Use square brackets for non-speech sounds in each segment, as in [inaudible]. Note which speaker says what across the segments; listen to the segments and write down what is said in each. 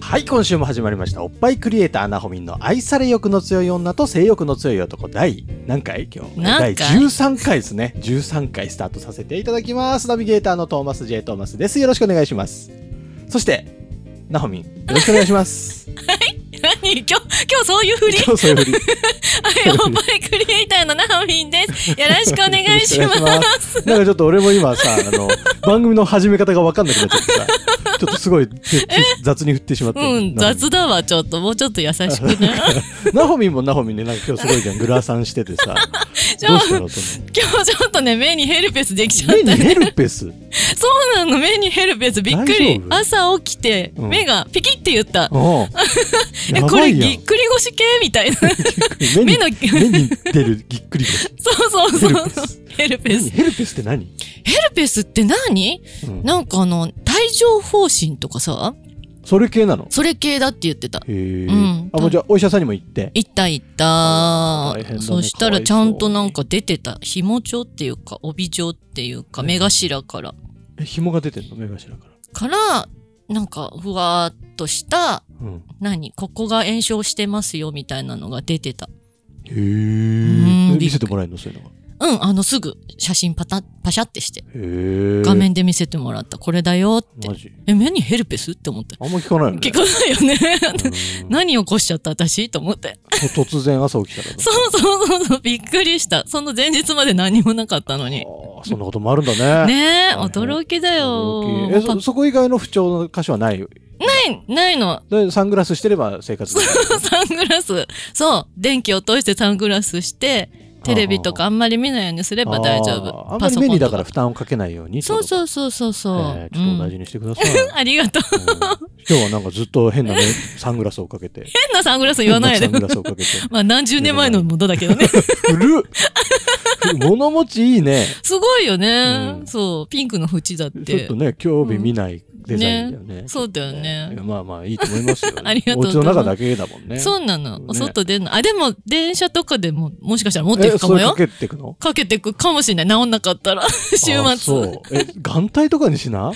Speaker 1: はい、今週も始まりました。おっぱいクリエイター、なほみんの愛され欲の強い女と性欲の強い男、第何回今日
Speaker 2: 何回
Speaker 1: 第13回ですね。13回スタートさせていただきます。ナビゲーターのトーマス J. トーマスです。よろしくお願いします。そして、なほみん、よろしくお願いし
Speaker 2: [laughs]
Speaker 1: ます。
Speaker 2: 何 [laughs] 今日、今日そういうふり
Speaker 1: 今日そういうふり。
Speaker 2: はい、おっぱいクリエイターのなおみんです。よろしくお願い
Speaker 1: [laughs]
Speaker 2: し
Speaker 1: よろしくお願い
Speaker 2: ま
Speaker 1: し
Speaker 2: す。
Speaker 1: なんかちょっと俺も今さ、あの、番組の始め方がわかんなくなっちゃってさ、ちょっとすごい手手雑に振ってしまってる。
Speaker 2: うん、雑だわ、ちょっと。もうちょっと優しく
Speaker 1: [laughs]
Speaker 2: な。
Speaker 1: なほみんもなほみんで、なんか今日すごいじゃん。グラサンしててさ、
Speaker 2: [laughs] じゃあ
Speaker 1: どうしたのと思って
Speaker 2: 今日ちょっとね、目にヘルペスできちゃっ
Speaker 1: 目に
Speaker 2: たね。
Speaker 1: ヘルペス
Speaker 2: そうなの、目にヘルペス。びっくり。
Speaker 1: 大
Speaker 2: 朝起きて、
Speaker 1: うん
Speaker 2: 目がピキって言った。
Speaker 1: おう
Speaker 2: え、
Speaker 1: や
Speaker 2: こ
Speaker 1: ば
Speaker 2: れ
Speaker 1: いやん
Speaker 2: ぎっくり腰系みたいな。
Speaker 1: 目に
Speaker 2: [laughs] 目の
Speaker 1: 目に出るぎっくり腰
Speaker 2: そう [laughs] そう
Speaker 1: ヘ
Speaker 2: そ
Speaker 1: ル
Speaker 2: う
Speaker 1: ペス。
Speaker 2: ヘ
Speaker 1: 何ヘル
Speaker 2: ルペス。
Speaker 1: ペスって何、
Speaker 2: ヘルペスって何
Speaker 1: うん
Speaker 2: なんかあの、帯状疱疹とかさ、
Speaker 1: それ系なの
Speaker 2: それ系だって言ってた。
Speaker 1: へえ、
Speaker 2: うん
Speaker 1: あもうじゃあお医者さんにも行って
Speaker 2: いたい
Speaker 1: あー大
Speaker 2: た
Speaker 1: 変だね
Speaker 2: そしたらちゃんとなんか出てた紐状っていうか帯状っていうか
Speaker 1: ね
Speaker 2: 目頭から
Speaker 1: え紐が出てんの目頭から
Speaker 2: からなんかふわーっとした
Speaker 1: うん
Speaker 2: 何ここが炎症してますよみたいなのが出てた
Speaker 1: へえ
Speaker 2: うん
Speaker 1: え見せてもらえるのそういうのが
Speaker 2: うんあのすぐ写真パタパシャってして
Speaker 1: へえ
Speaker 2: 画面で見せてもらったこれだよって
Speaker 1: マジ
Speaker 2: え目にヘルペスって思って
Speaker 1: あんま聞かないよ
Speaker 2: [laughs]
Speaker 1: ね
Speaker 2: 聞かないよね
Speaker 1: うん
Speaker 2: 何起こしちゃった私と思って
Speaker 1: と突然朝起きたら
Speaker 2: そうそうそうそうびっくりしたその前日まで何もなかったのに
Speaker 1: あーそんなこともあるんだ [laughs] ね
Speaker 2: ねえ、
Speaker 1: 大変
Speaker 2: 驚きだよ
Speaker 1: 驚。きえそそこ以外の不調の箇所はない
Speaker 2: ない、な
Speaker 1: [laughs]
Speaker 2: いの。
Speaker 1: でサングラスしてれば生活できる
Speaker 2: サングラス。そう。電気を通してサングラスして、テレビとかあんまり見ないようにすれば大丈
Speaker 1: あーあ
Speaker 2: 夫。
Speaker 1: んま
Speaker 2: パ
Speaker 1: り
Speaker 2: ソ
Speaker 1: 目
Speaker 2: コ
Speaker 1: に
Speaker 2: ン
Speaker 1: だ
Speaker 2: と
Speaker 1: から
Speaker 2: か。
Speaker 1: 負担をかけないようにってこ
Speaker 2: そう
Speaker 1: と
Speaker 2: そうそうそうそう。
Speaker 1: えーちょっと
Speaker 2: う
Speaker 1: 同
Speaker 2: ん
Speaker 1: じにしてください、
Speaker 2: ありがとう。
Speaker 1: うん今日はなんかずっと変なね、サングラスをかけて。
Speaker 2: 変なサングラス言
Speaker 1: [laughs]
Speaker 2: わないで
Speaker 1: 変。サングラスをかけて。
Speaker 2: まあ何十年前のものだけど
Speaker 1: [laughs]
Speaker 2: ね。
Speaker 1: 古っ物持ちいいね。
Speaker 2: すごいよね
Speaker 1: う。ん
Speaker 2: そう。ピンクの縁だっ
Speaker 1: ちょってと。ね、興味見ないデザインだよね。
Speaker 2: そうだよ
Speaker 1: い
Speaker 2: ね
Speaker 1: や。まあまあいいと思いますよ
Speaker 2: [laughs] 。ありがとう
Speaker 1: お家の中だけだもんね。
Speaker 2: そうなの。
Speaker 1: ね
Speaker 2: お外出んの。あ、でも電車とかでももしかしたら持っていくかも
Speaker 1: え
Speaker 2: よ
Speaker 1: そ。れかけてくの
Speaker 2: かけてくかもしれない。治んなかったら。 [laughs] 週末。
Speaker 1: あそう。え、眼帯とかにしな、うん、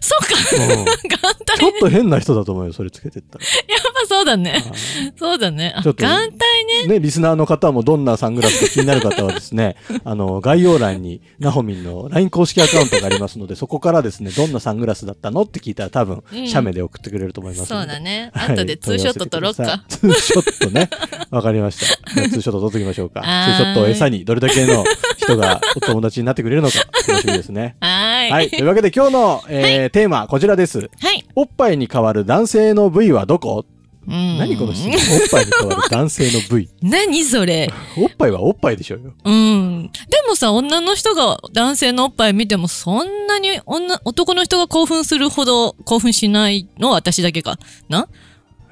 Speaker 2: そうか。
Speaker 1: ち
Speaker 2: 眼
Speaker 1: ょっ
Speaker 2: 帯。
Speaker 1: と変な人だと思うよ、それつけてったら。
Speaker 2: やっぱそうだね。
Speaker 1: あー
Speaker 2: そうだね。あ
Speaker 1: ちょっ
Speaker 2: 眼
Speaker 1: と
Speaker 2: 帯ね。
Speaker 1: ね、リスナーの方もどんなサングラスが気になる方はです
Speaker 2: [laughs]
Speaker 1: ね、あの、概要欄にナホミンの LINE 公式アカウントがありますので、そこからですね、どんなサングラスだったのって聞いたら多分
Speaker 2: う、ん
Speaker 1: 写メで送ってくれると思いますので。
Speaker 2: そうだね。
Speaker 1: はい。
Speaker 2: 後でツーショット撮ろう
Speaker 1: 問い合
Speaker 2: か
Speaker 1: わ。せてください。ツーショットね。わかりました。じゃあツーショット撮っておきましょう
Speaker 2: [laughs]
Speaker 1: か。ツ
Speaker 2: は
Speaker 1: ー
Speaker 2: ーい。
Speaker 1: ショットを餌にどれだけの人がお友達になってくれるのか、楽しみですね
Speaker 2: はーい。
Speaker 1: はい。というわけで今日の、えーテーマはこちらです。
Speaker 2: はい。
Speaker 1: おっぱいに代わる男性の部位はどこ
Speaker 2: うん
Speaker 1: 何この質問。おっぱいに代わる男性の部位。
Speaker 2: 何それ。
Speaker 1: おっぱいはおっぱいでしょうよ。
Speaker 2: うん。でもさ、女の人が男性のおっぱい見ても、そんなに女、男の人が興奮するほど興奮しないのは私だけか。な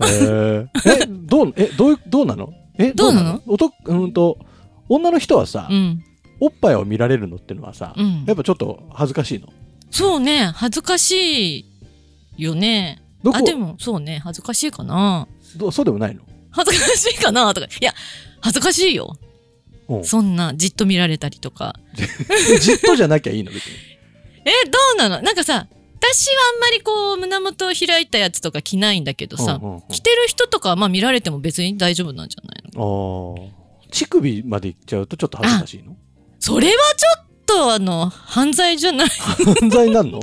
Speaker 1: へーえ、どう、え、どう、どうなのえ、
Speaker 2: どうなの
Speaker 1: おと、うんと、女の人はさ、
Speaker 2: うん。
Speaker 1: おっぱいを見られるのってのはさ、
Speaker 2: うん
Speaker 1: やっぱちょっと恥ずかしいの。
Speaker 2: そうね。恥ずかしいよね。
Speaker 1: どこ
Speaker 2: あ、でも、そうね。恥ずかしいかな。
Speaker 1: どそうでもないの
Speaker 2: 恥ずかしいかなとか。いや、恥ずかしいよ。
Speaker 1: うん
Speaker 2: そんな、じっと見られたりとか。
Speaker 1: えじっとじゃなきゃいいの別に。
Speaker 2: え、どうなのなんかさ、私はあんまりこう、胸元を開いたやつとか着ないんだけどさ、
Speaker 1: うんうんうん
Speaker 2: 着てる人とかはまあ見られても別に大丈夫なんじゃないの
Speaker 1: あー乳首まで行っちゃうとちょっと恥ずかしいの
Speaker 2: それはちょっとあの、犯罪じゃない。 [laughs]
Speaker 1: 犯罪になるの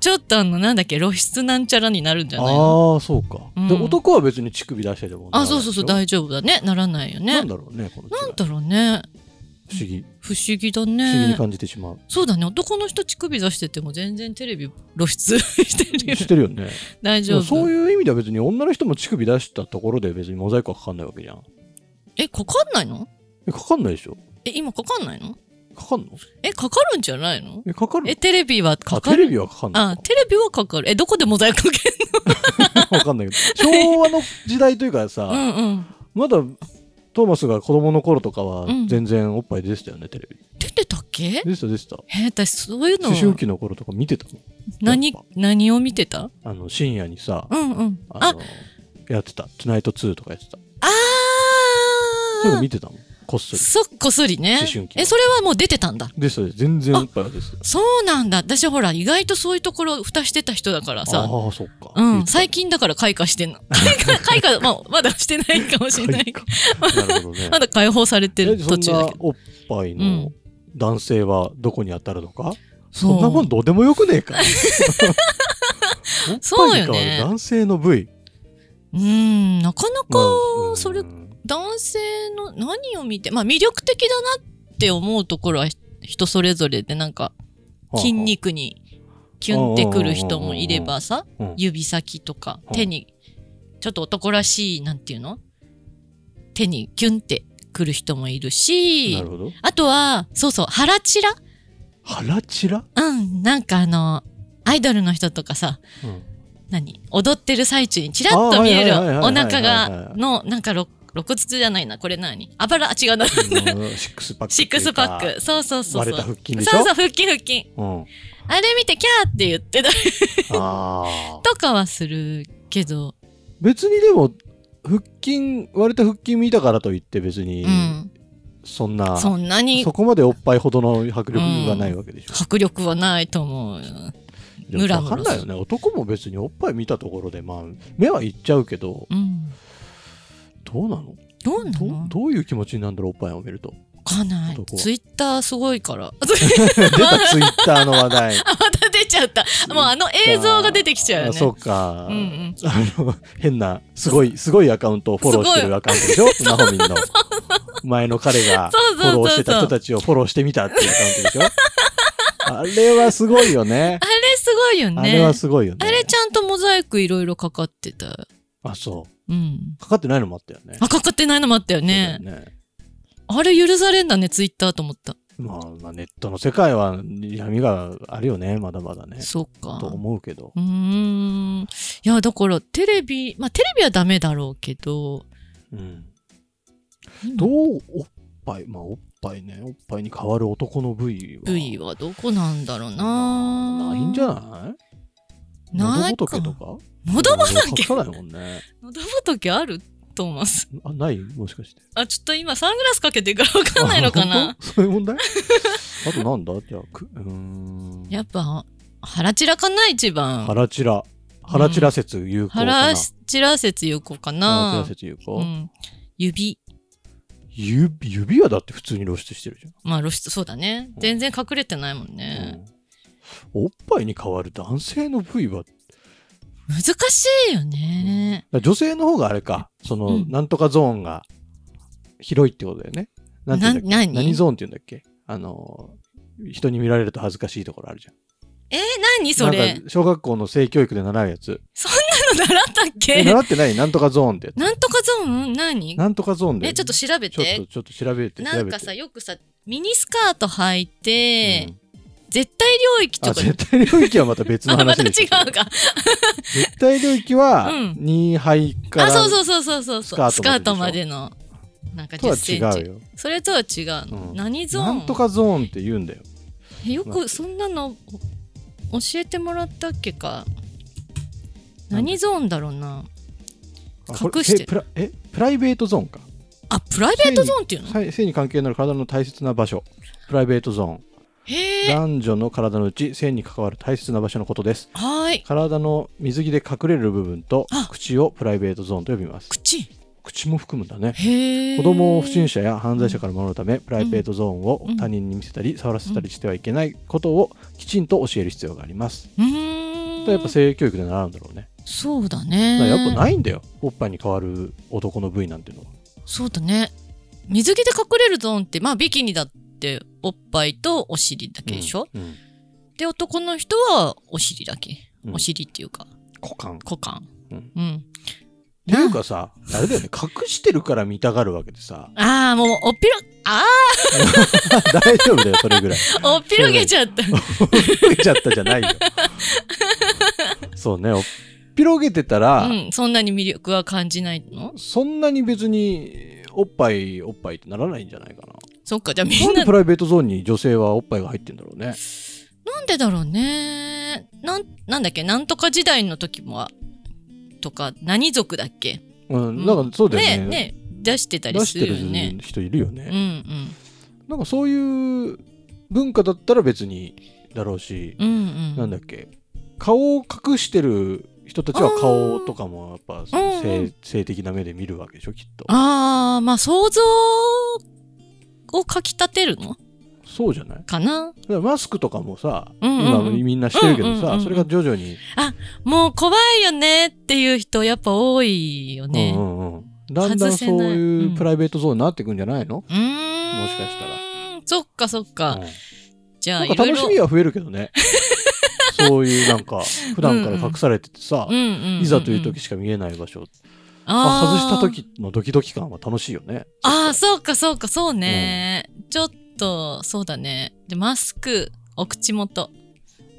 Speaker 2: ちょっとあの、なんだっけ、露出なんちゃらになるんじゃないの
Speaker 1: ああ、そうか、
Speaker 2: うん
Speaker 1: で、男は別に乳首出してでもなら
Speaker 2: あ
Speaker 1: ないでしょ。
Speaker 2: そうそうそう、大丈夫だね。ならないよ
Speaker 1: な
Speaker 2: ね。なんん
Speaker 1: だろうね、この違い
Speaker 2: だろうね。
Speaker 1: 不思議。
Speaker 2: 不思議だ
Speaker 1: 不思議に
Speaker 2: ね。
Speaker 1: 感じてしまう。
Speaker 2: そうだね。男の人乳首出してても全然テレビ露出してるよ
Speaker 1: し。てるよね。
Speaker 2: [laughs] 大
Speaker 1: で
Speaker 2: 丈
Speaker 1: も
Speaker 2: 夫。
Speaker 1: そういう意味では別に女の人も乳首出したところで別にモザイクはかかんないわけじゃん。
Speaker 2: え、かかんないの
Speaker 1: えかかんないでしょ
Speaker 2: え、今かかんないの
Speaker 1: かかんの
Speaker 2: え、かかるんじゃないの
Speaker 1: え、かかる
Speaker 2: え、テレビはか
Speaker 1: あ
Speaker 2: か
Speaker 1: テ
Speaker 2: る
Speaker 1: レビはかかん
Speaker 2: あ
Speaker 1: の、
Speaker 2: テレビはかかる。え、どこでモザイクか
Speaker 1: [laughs]
Speaker 2: ける
Speaker 1: かわかんないけど。昭和の時代というかさ、
Speaker 2: のうんうん。
Speaker 1: まだトーマスが子供の頃とかは
Speaker 2: うん
Speaker 1: 全然おっぱい出てたよね、テレビ。
Speaker 2: 出てたっけ
Speaker 1: でした、でした。
Speaker 2: え、私そういうの
Speaker 1: 思、春期の頃とか見てたの
Speaker 2: 何
Speaker 1: やっ、
Speaker 2: 何を見てた
Speaker 1: あの、深夜にさ、
Speaker 2: うんうん。
Speaker 1: あ
Speaker 2: あ
Speaker 1: の、やってた。トゥナイト2とかやってた。
Speaker 2: あ
Speaker 1: そういうの
Speaker 2: ー
Speaker 1: 見てたのこっそり。
Speaker 2: そっこそりね
Speaker 1: 思春。期
Speaker 2: え、それはもう出てたんだ。
Speaker 1: でした、全然おっぱいは出てた。
Speaker 2: そうなんだ。私ほら、意外とそういうところ蓋してた人だから
Speaker 1: ああ
Speaker 2: さ。
Speaker 1: ー、そっか。
Speaker 2: うん、最近だから開花してんの。 [laughs] 開花、開花、まあ、まだしてないかもしれない。。
Speaker 1: 近。なるほどね
Speaker 2: まだ解放されてる
Speaker 1: えそ
Speaker 2: 途
Speaker 1: ん
Speaker 2: 中だ
Speaker 1: な
Speaker 2: けど。
Speaker 1: おっぱいうの
Speaker 2: ん
Speaker 1: 男性はどこに当たるのか、
Speaker 2: そ
Speaker 1: そんなもんどうでもよくねえか
Speaker 2: [laughs] そう
Speaker 1: おっぱい
Speaker 2: よね
Speaker 1: に代わる男性の部位
Speaker 2: うん、なかなか
Speaker 1: まあうん、
Speaker 2: それ男性の何を見て、まあ魅力的だなって思うところは人それぞれで、なんか筋肉にキュンってくる人もいればさ
Speaker 1: うん、
Speaker 2: 指先とか
Speaker 1: うん
Speaker 2: 手に、ちょっと男らしい、なんていうの手にキュンってくる人もいるし、
Speaker 1: なるほど
Speaker 2: あとは、そうそう、腹チラ
Speaker 1: 腹チ
Speaker 2: [laughs]
Speaker 1: ラ、
Speaker 2: うん、なんかあの、アイドルの人とかさ、
Speaker 1: うん
Speaker 2: 何踊ってる最中にチラッと見える
Speaker 1: あはいはい
Speaker 2: お
Speaker 1: はいはいはい
Speaker 2: 腹が、の、なんかろ露骨じゃないな、これ何あばら、あ違う
Speaker 1: う
Speaker 2: な。
Speaker 1: んシックスパック
Speaker 2: シックスパック。
Speaker 1: ク
Speaker 2: そうそうそう
Speaker 1: 割
Speaker 2: そう。
Speaker 1: れた腹
Speaker 2: そう
Speaker 1: 筋でしょ
Speaker 2: そう、腹筋腹筋。
Speaker 1: うん、
Speaker 2: あれ見てキャーって言ってたり
Speaker 1: あー
Speaker 2: とかはするけど、
Speaker 1: 別にでも腹筋割れた腹筋見たからといって別に、
Speaker 2: うん。
Speaker 1: そんな
Speaker 2: そんなに
Speaker 1: そこまでおっぱいほどの迫力がないわけでしょ、
Speaker 2: 迫力はないと思うよ。
Speaker 1: で
Speaker 2: ム
Speaker 1: も
Speaker 2: ラム
Speaker 1: わ
Speaker 2: ラ
Speaker 1: かんないよね男も別におっぱい見たところでまあ目はいっちゃうけど
Speaker 2: うん。
Speaker 1: どうなの
Speaker 2: どうな
Speaker 1: どう
Speaker 2: の
Speaker 1: どういう気持ちになるんだろうおっぱいを見ると [laughs]
Speaker 2: わかんない
Speaker 1: 男。は
Speaker 2: ツイッターすごいから。 [laughs]
Speaker 1: 出たツイッターの話題
Speaker 2: あまた出ちゃった。もうあの映像が出てきちゃうよ
Speaker 1: あそ
Speaker 2: ね
Speaker 1: う。か、
Speaker 2: うんうん
Speaker 1: あの変なすごいすごいアカウントをフォローしてるアカウントでしょナホミン
Speaker 2: [laughs]
Speaker 1: の前の彼がフ
Speaker 2: そうそうそ
Speaker 1: ォ
Speaker 2: う
Speaker 1: ローしてた人たちをフォローしてみたっていうアカウントでしょあれはすごいよね
Speaker 2: あれすごいよね。
Speaker 1: あれはすごいよね
Speaker 2: あれちゃんとモザイクいろいろかかってた。
Speaker 1: あそう
Speaker 2: うん。
Speaker 1: かかってないのもあったよね
Speaker 2: あ、かかってないのもあったよね。
Speaker 1: そうだよね
Speaker 2: あれ許されんだね、ツイッターと思った。
Speaker 1: まあ、まあネットの世界は闇があるよねまだまだね
Speaker 2: そうか
Speaker 1: と。思うけど
Speaker 2: うーん。いや、だからテレビ、まあテレビはダメだろうけど、
Speaker 1: うん
Speaker 2: うん
Speaker 1: どうおっぱいまあおっぱいねおっぱいに変わる男の部位は
Speaker 2: 部位はどこなんだろう
Speaker 1: ま
Speaker 2: な
Speaker 1: あないんじゃない
Speaker 2: ない
Speaker 1: 喉仏とか
Speaker 2: 喉
Speaker 1: け
Speaker 2: 仏
Speaker 1: かないもんね
Speaker 2: 喉仏あるトーマス。
Speaker 1: あないもしかして
Speaker 2: あ、ちょっと今サングラスかけてるからわかんないのか
Speaker 1: あ
Speaker 2: な
Speaker 1: 本当そういう
Speaker 2: [laughs]
Speaker 1: 問題あとなんだじゃあくうーん
Speaker 2: やっぱ、腹散らかな一番。
Speaker 1: 腹チラ腹チラ説有効かな、
Speaker 2: 腹散ら説有効か
Speaker 1: 腹チ
Speaker 2: な
Speaker 1: ラ。説有効、
Speaker 2: うん。指。
Speaker 1: 指指はだって普通に露出してるじ
Speaker 2: まあ露出、そうだね
Speaker 1: う。ん
Speaker 2: 全然隠れてないもん
Speaker 1: ゃん、
Speaker 2: ね。
Speaker 1: うんおっぱいに変わる男性の部位は
Speaker 2: 難しいよね。
Speaker 1: 女性の方があれか、その、
Speaker 2: うん
Speaker 1: なんとかゾーンが広いってことだよね。なんていうんだっけ
Speaker 2: な何
Speaker 1: 何ゾーンって言うんだっけあの、人に見られると恥ずかしいところあるじゃん。
Speaker 2: えー、何そ
Speaker 1: な
Speaker 2: れ
Speaker 1: んか小学校の性教育で習うやつ。
Speaker 2: [laughs] 習ったっ
Speaker 1: え
Speaker 2: け
Speaker 1: 習ってないなんとかゾーンって。
Speaker 2: なんとかゾーン何
Speaker 1: なんとかゾーンで。
Speaker 2: え、ちょっと調べ
Speaker 1: ちょっと、
Speaker 2: て。
Speaker 1: ちょっと調べて、調べて。
Speaker 2: なんかさ、よくさ、ミニスカート履いて、
Speaker 1: うん
Speaker 2: 絶対領域
Speaker 1: あ、
Speaker 2: とか、
Speaker 1: 絶対領域はまた別の
Speaker 2: あ、 [laughs] ま
Speaker 1: 話
Speaker 2: た違
Speaker 1: でしょ
Speaker 2: うか。
Speaker 1: 絶対領域は
Speaker 2: うん、
Speaker 1: 2杯から、
Speaker 2: あ、そうそうそうそうそうそう。
Speaker 1: ス
Speaker 2: ス
Speaker 1: カー
Speaker 2: カー
Speaker 1: ト
Speaker 2: ト
Speaker 1: ま
Speaker 2: ま
Speaker 1: で
Speaker 2: での、なんか
Speaker 1: と
Speaker 2: 10セン
Speaker 1: は違う
Speaker 2: チ。
Speaker 1: よ。
Speaker 2: それとは違うの。
Speaker 1: うん
Speaker 2: 何ゾー
Speaker 1: な
Speaker 2: ン
Speaker 1: んとかゾーンって言うんだよ。
Speaker 2: えよくそんなのお教えてもらったっけか
Speaker 1: なんで
Speaker 2: 何ゾーンだろうな
Speaker 1: あこれ
Speaker 2: 隠して
Speaker 1: えプラえ、プライベートゾーンか。
Speaker 2: あプライベートゾーンっていうの
Speaker 1: さい性に関係のある体の大切な場所プライベートゾーン
Speaker 2: へえ
Speaker 1: 男女の体のうち性に関わる大切な場所のことです
Speaker 2: はーい
Speaker 1: 体の水着で隠れる部分と
Speaker 2: あ
Speaker 1: 口をプライベートゾーンと呼びます
Speaker 2: 口
Speaker 1: 口も含むんだね
Speaker 2: へえ
Speaker 1: 子供を不審者や犯罪者から守るためプライベートゾーンを
Speaker 2: うん
Speaker 1: 他人に見せたり触らせたりしてはいけないことをきちんと教える必要があります
Speaker 2: うーん
Speaker 1: やっぱ性教育で習うんだろうね
Speaker 2: そうだね
Speaker 1: だからやっぱないんだよおっぱいに変わる男の部位なんていうのは
Speaker 2: そうだね水着で隠れるゾーンってまあビキニだっておっぱいとお尻だけでしょ、
Speaker 1: うんうん
Speaker 2: で男の人はお尻だけ、
Speaker 1: うん
Speaker 2: お尻っていうか
Speaker 1: 股間
Speaker 2: 股間
Speaker 1: うん
Speaker 2: うん、
Speaker 1: っていうかさ、あれだよね、隠してるから見たがるわけでさ、
Speaker 2: ああもうおっぴら
Speaker 1: [laughs]
Speaker 2: あ
Speaker 1: 大丈夫だよ、それぐらい。
Speaker 2: あ、おっぴろげちゃった。
Speaker 1: 受けちゃったじゃないよ。そうね、おっ広げてたら、
Speaker 2: うん、そんなに魅力は感じないの
Speaker 1: そんなに別におっぱいおっぱいってならないんじゃないかな。
Speaker 2: そっか、じゃあみ
Speaker 1: なんんで
Speaker 2: な、
Speaker 1: プライベートゾーンに女性はおっぱいが入ってんだろうね。
Speaker 2: なんでだろうね。なん、なんだっけ、なんとか時代の時も、とか、何族だっけ
Speaker 1: うん、なんかそうだよね。
Speaker 2: ね出してたり
Speaker 1: 出し
Speaker 2: す
Speaker 1: て
Speaker 2: るよね
Speaker 1: る。人いるよ
Speaker 2: う
Speaker 1: ね
Speaker 2: んう。ん。
Speaker 1: なんかそういう文化だったら別にだろうし、
Speaker 2: うんうん。
Speaker 1: なんだっけ顔を隠してる人たちは顔とかもやっぱ
Speaker 2: うんうん
Speaker 1: 性性的な目で見るわけでしょきっと
Speaker 2: ああ、まあ想像をかきたてるの
Speaker 1: そうじゃないだ
Speaker 2: かな
Speaker 1: からマスクとかもさ、
Speaker 2: うんうんうん
Speaker 1: 今みんなしてるけどさ、
Speaker 2: うんうんうんうん
Speaker 1: それが徐々に、
Speaker 2: もう怖いよねっていう人やっぱ多いよね。
Speaker 1: う
Speaker 2: うん
Speaker 1: うんうん、だんだんそう
Speaker 2: 外せ
Speaker 1: い
Speaker 2: ないう
Speaker 1: プライベートゾーンになってくんじゃないの、
Speaker 2: ーん。
Speaker 1: もしかしたら。
Speaker 2: そっかそっか。
Speaker 1: うん
Speaker 2: じゃ
Speaker 1: な
Speaker 2: あ
Speaker 1: ん
Speaker 2: い
Speaker 1: か
Speaker 2: ろい
Speaker 1: 楽
Speaker 2: ろ。
Speaker 1: しみは増えるけど
Speaker 2: [laughs]
Speaker 1: ねそういうなんか普段から隠されててさ、
Speaker 2: うんうんんん
Speaker 1: いざという時、しか見えない場所
Speaker 2: あ
Speaker 1: あ
Speaker 2: ー
Speaker 1: 外した。時のドキドキ感は楽しいよね。
Speaker 2: ああ、そうかそうかそうね。ちょっと、そうだね。で、マスク、お口元。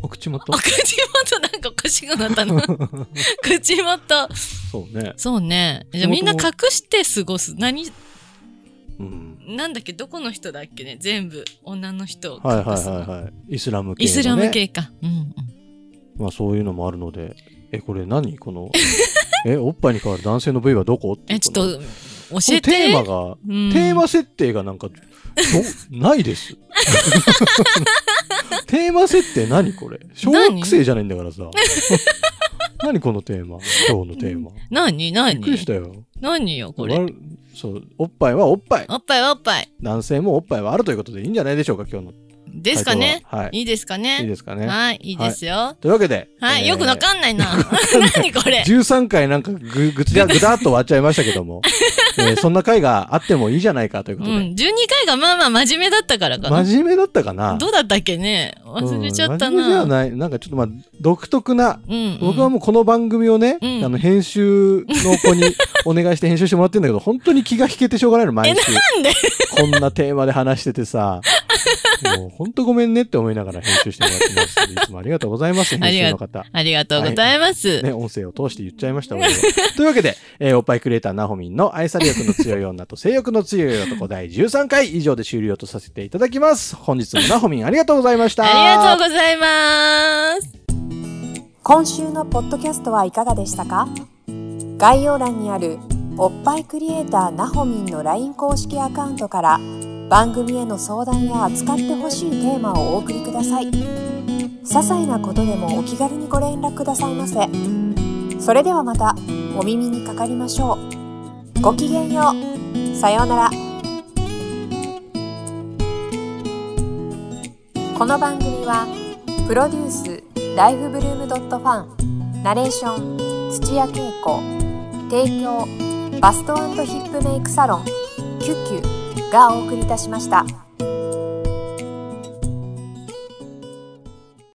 Speaker 1: お口元
Speaker 2: お口元なんかおかしくなったの。口元。
Speaker 1: [laughs] そうね。
Speaker 2: そうね。じゃ
Speaker 1: 口
Speaker 2: あ
Speaker 1: 元
Speaker 2: みんな隠して過ごす。何、
Speaker 1: うん。
Speaker 2: なんだっけ、どこの人だっけね。全部、女の人を隠すの。
Speaker 1: はいはいはいはい。イスラム系、ね。
Speaker 2: イスラム。系か。うんうん。
Speaker 1: まあそういうのもあるので。え、これ何この。 [laughs] え、おっぱいに代わる男性の部位はどこっていう
Speaker 2: え、ちょっ、
Speaker 1: ことの
Speaker 2: 教
Speaker 1: この
Speaker 2: えて。
Speaker 1: テーマが、
Speaker 2: うん
Speaker 1: テーマ設定がなんか、ど [laughs] ないです。 [laughs] テーマ設定何これ小学生じゃないんだからさ。 [laughs] 何このテーマ今日のテーマ。
Speaker 2: 何
Speaker 1: びっくりし
Speaker 2: 何
Speaker 1: たよ。
Speaker 2: 何よ、これ。
Speaker 1: わそう、おっぱいはおっぱい。
Speaker 2: おっぱいおっぱい。
Speaker 1: 男性もおっぱいはあるということでいいんじゃないでしょうか今日の
Speaker 2: ですか
Speaker 1: 回
Speaker 2: ね。
Speaker 1: 答ははい
Speaker 2: いいですか
Speaker 1: いい
Speaker 2: ね。
Speaker 1: ですかね
Speaker 2: はい、いいですよ。
Speaker 1: というわけで
Speaker 2: はい、
Speaker 1: えー
Speaker 2: よくわかんないな。何これ。
Speaker 1: 13回なんかぐぐちゃぐだっと終わっちゃいましたけど
Speaker 2: [laughs]
Speaker 1: も、えーそんな回があってもいいじゃないかという
Speaker 2: う
Speaker 1: ことで、
Speaker 2: ん、12回がまあまあ真面目だったからかな。
Speaker 1: 真面目だったかな
Speaker 2: どうだったっけね忘れちゃった
Speaker 1: うん真面目で
Speaker 2: な。
Speaker 1: はないなんかちょっとまあ独特な
Speaker 2: うん、
Speaker 1: 僕はも
Speaker 2: も
Speaker 1: うこの番組をね、
Speaker 2: うん
Speaker 1: あの編集の子にお願いして編集してもらってる
Speaker 2: [laughs]
Speaker 1: んだけど本当に気が引けてしょうがないの毎週
Speaker 2: うん。なんで
Speaker 1: こんなテーマで話してて
Speaker 2: [laughs]
Speaker 1: さ、もう本当ごめんねって思いながら編集してもらってますけどいつもありがとうございます、
Speaker 2: あ
Speaker 1: 編
Speaker 2: り
Speaker 1: 集
Speaker 2: が
Speaker 1: の方。
Speaker 2: ありがとうございます。
Speaker 1: ね、音声を通して言っちゃいました、俺は [laughs] というわけで、えーおっぱいクリエイターなほみんの愛され欲の強い女と性欲の強い男第13回以上で終了とさせていただきます。本日もなほみんありがとうございました。
Speaker 2: ありがとうございます。
Speaker 3: 今週のポッドキャストはいかがでしたか概要欄にあるおっぱいクリエイターなほみんの LINE 公式アカウントから番組への相談や扱ってほしいテーマをお送りください些細なことでもお気軽にご連絡くださいませそれではまたお耳にかかりましょうごきげんようさようならこの番組は「プロデュースライフブルームドットファンナレーション土屋恵子提供バストヒップメイクサロン「キュッキュ」がお送りいたしました。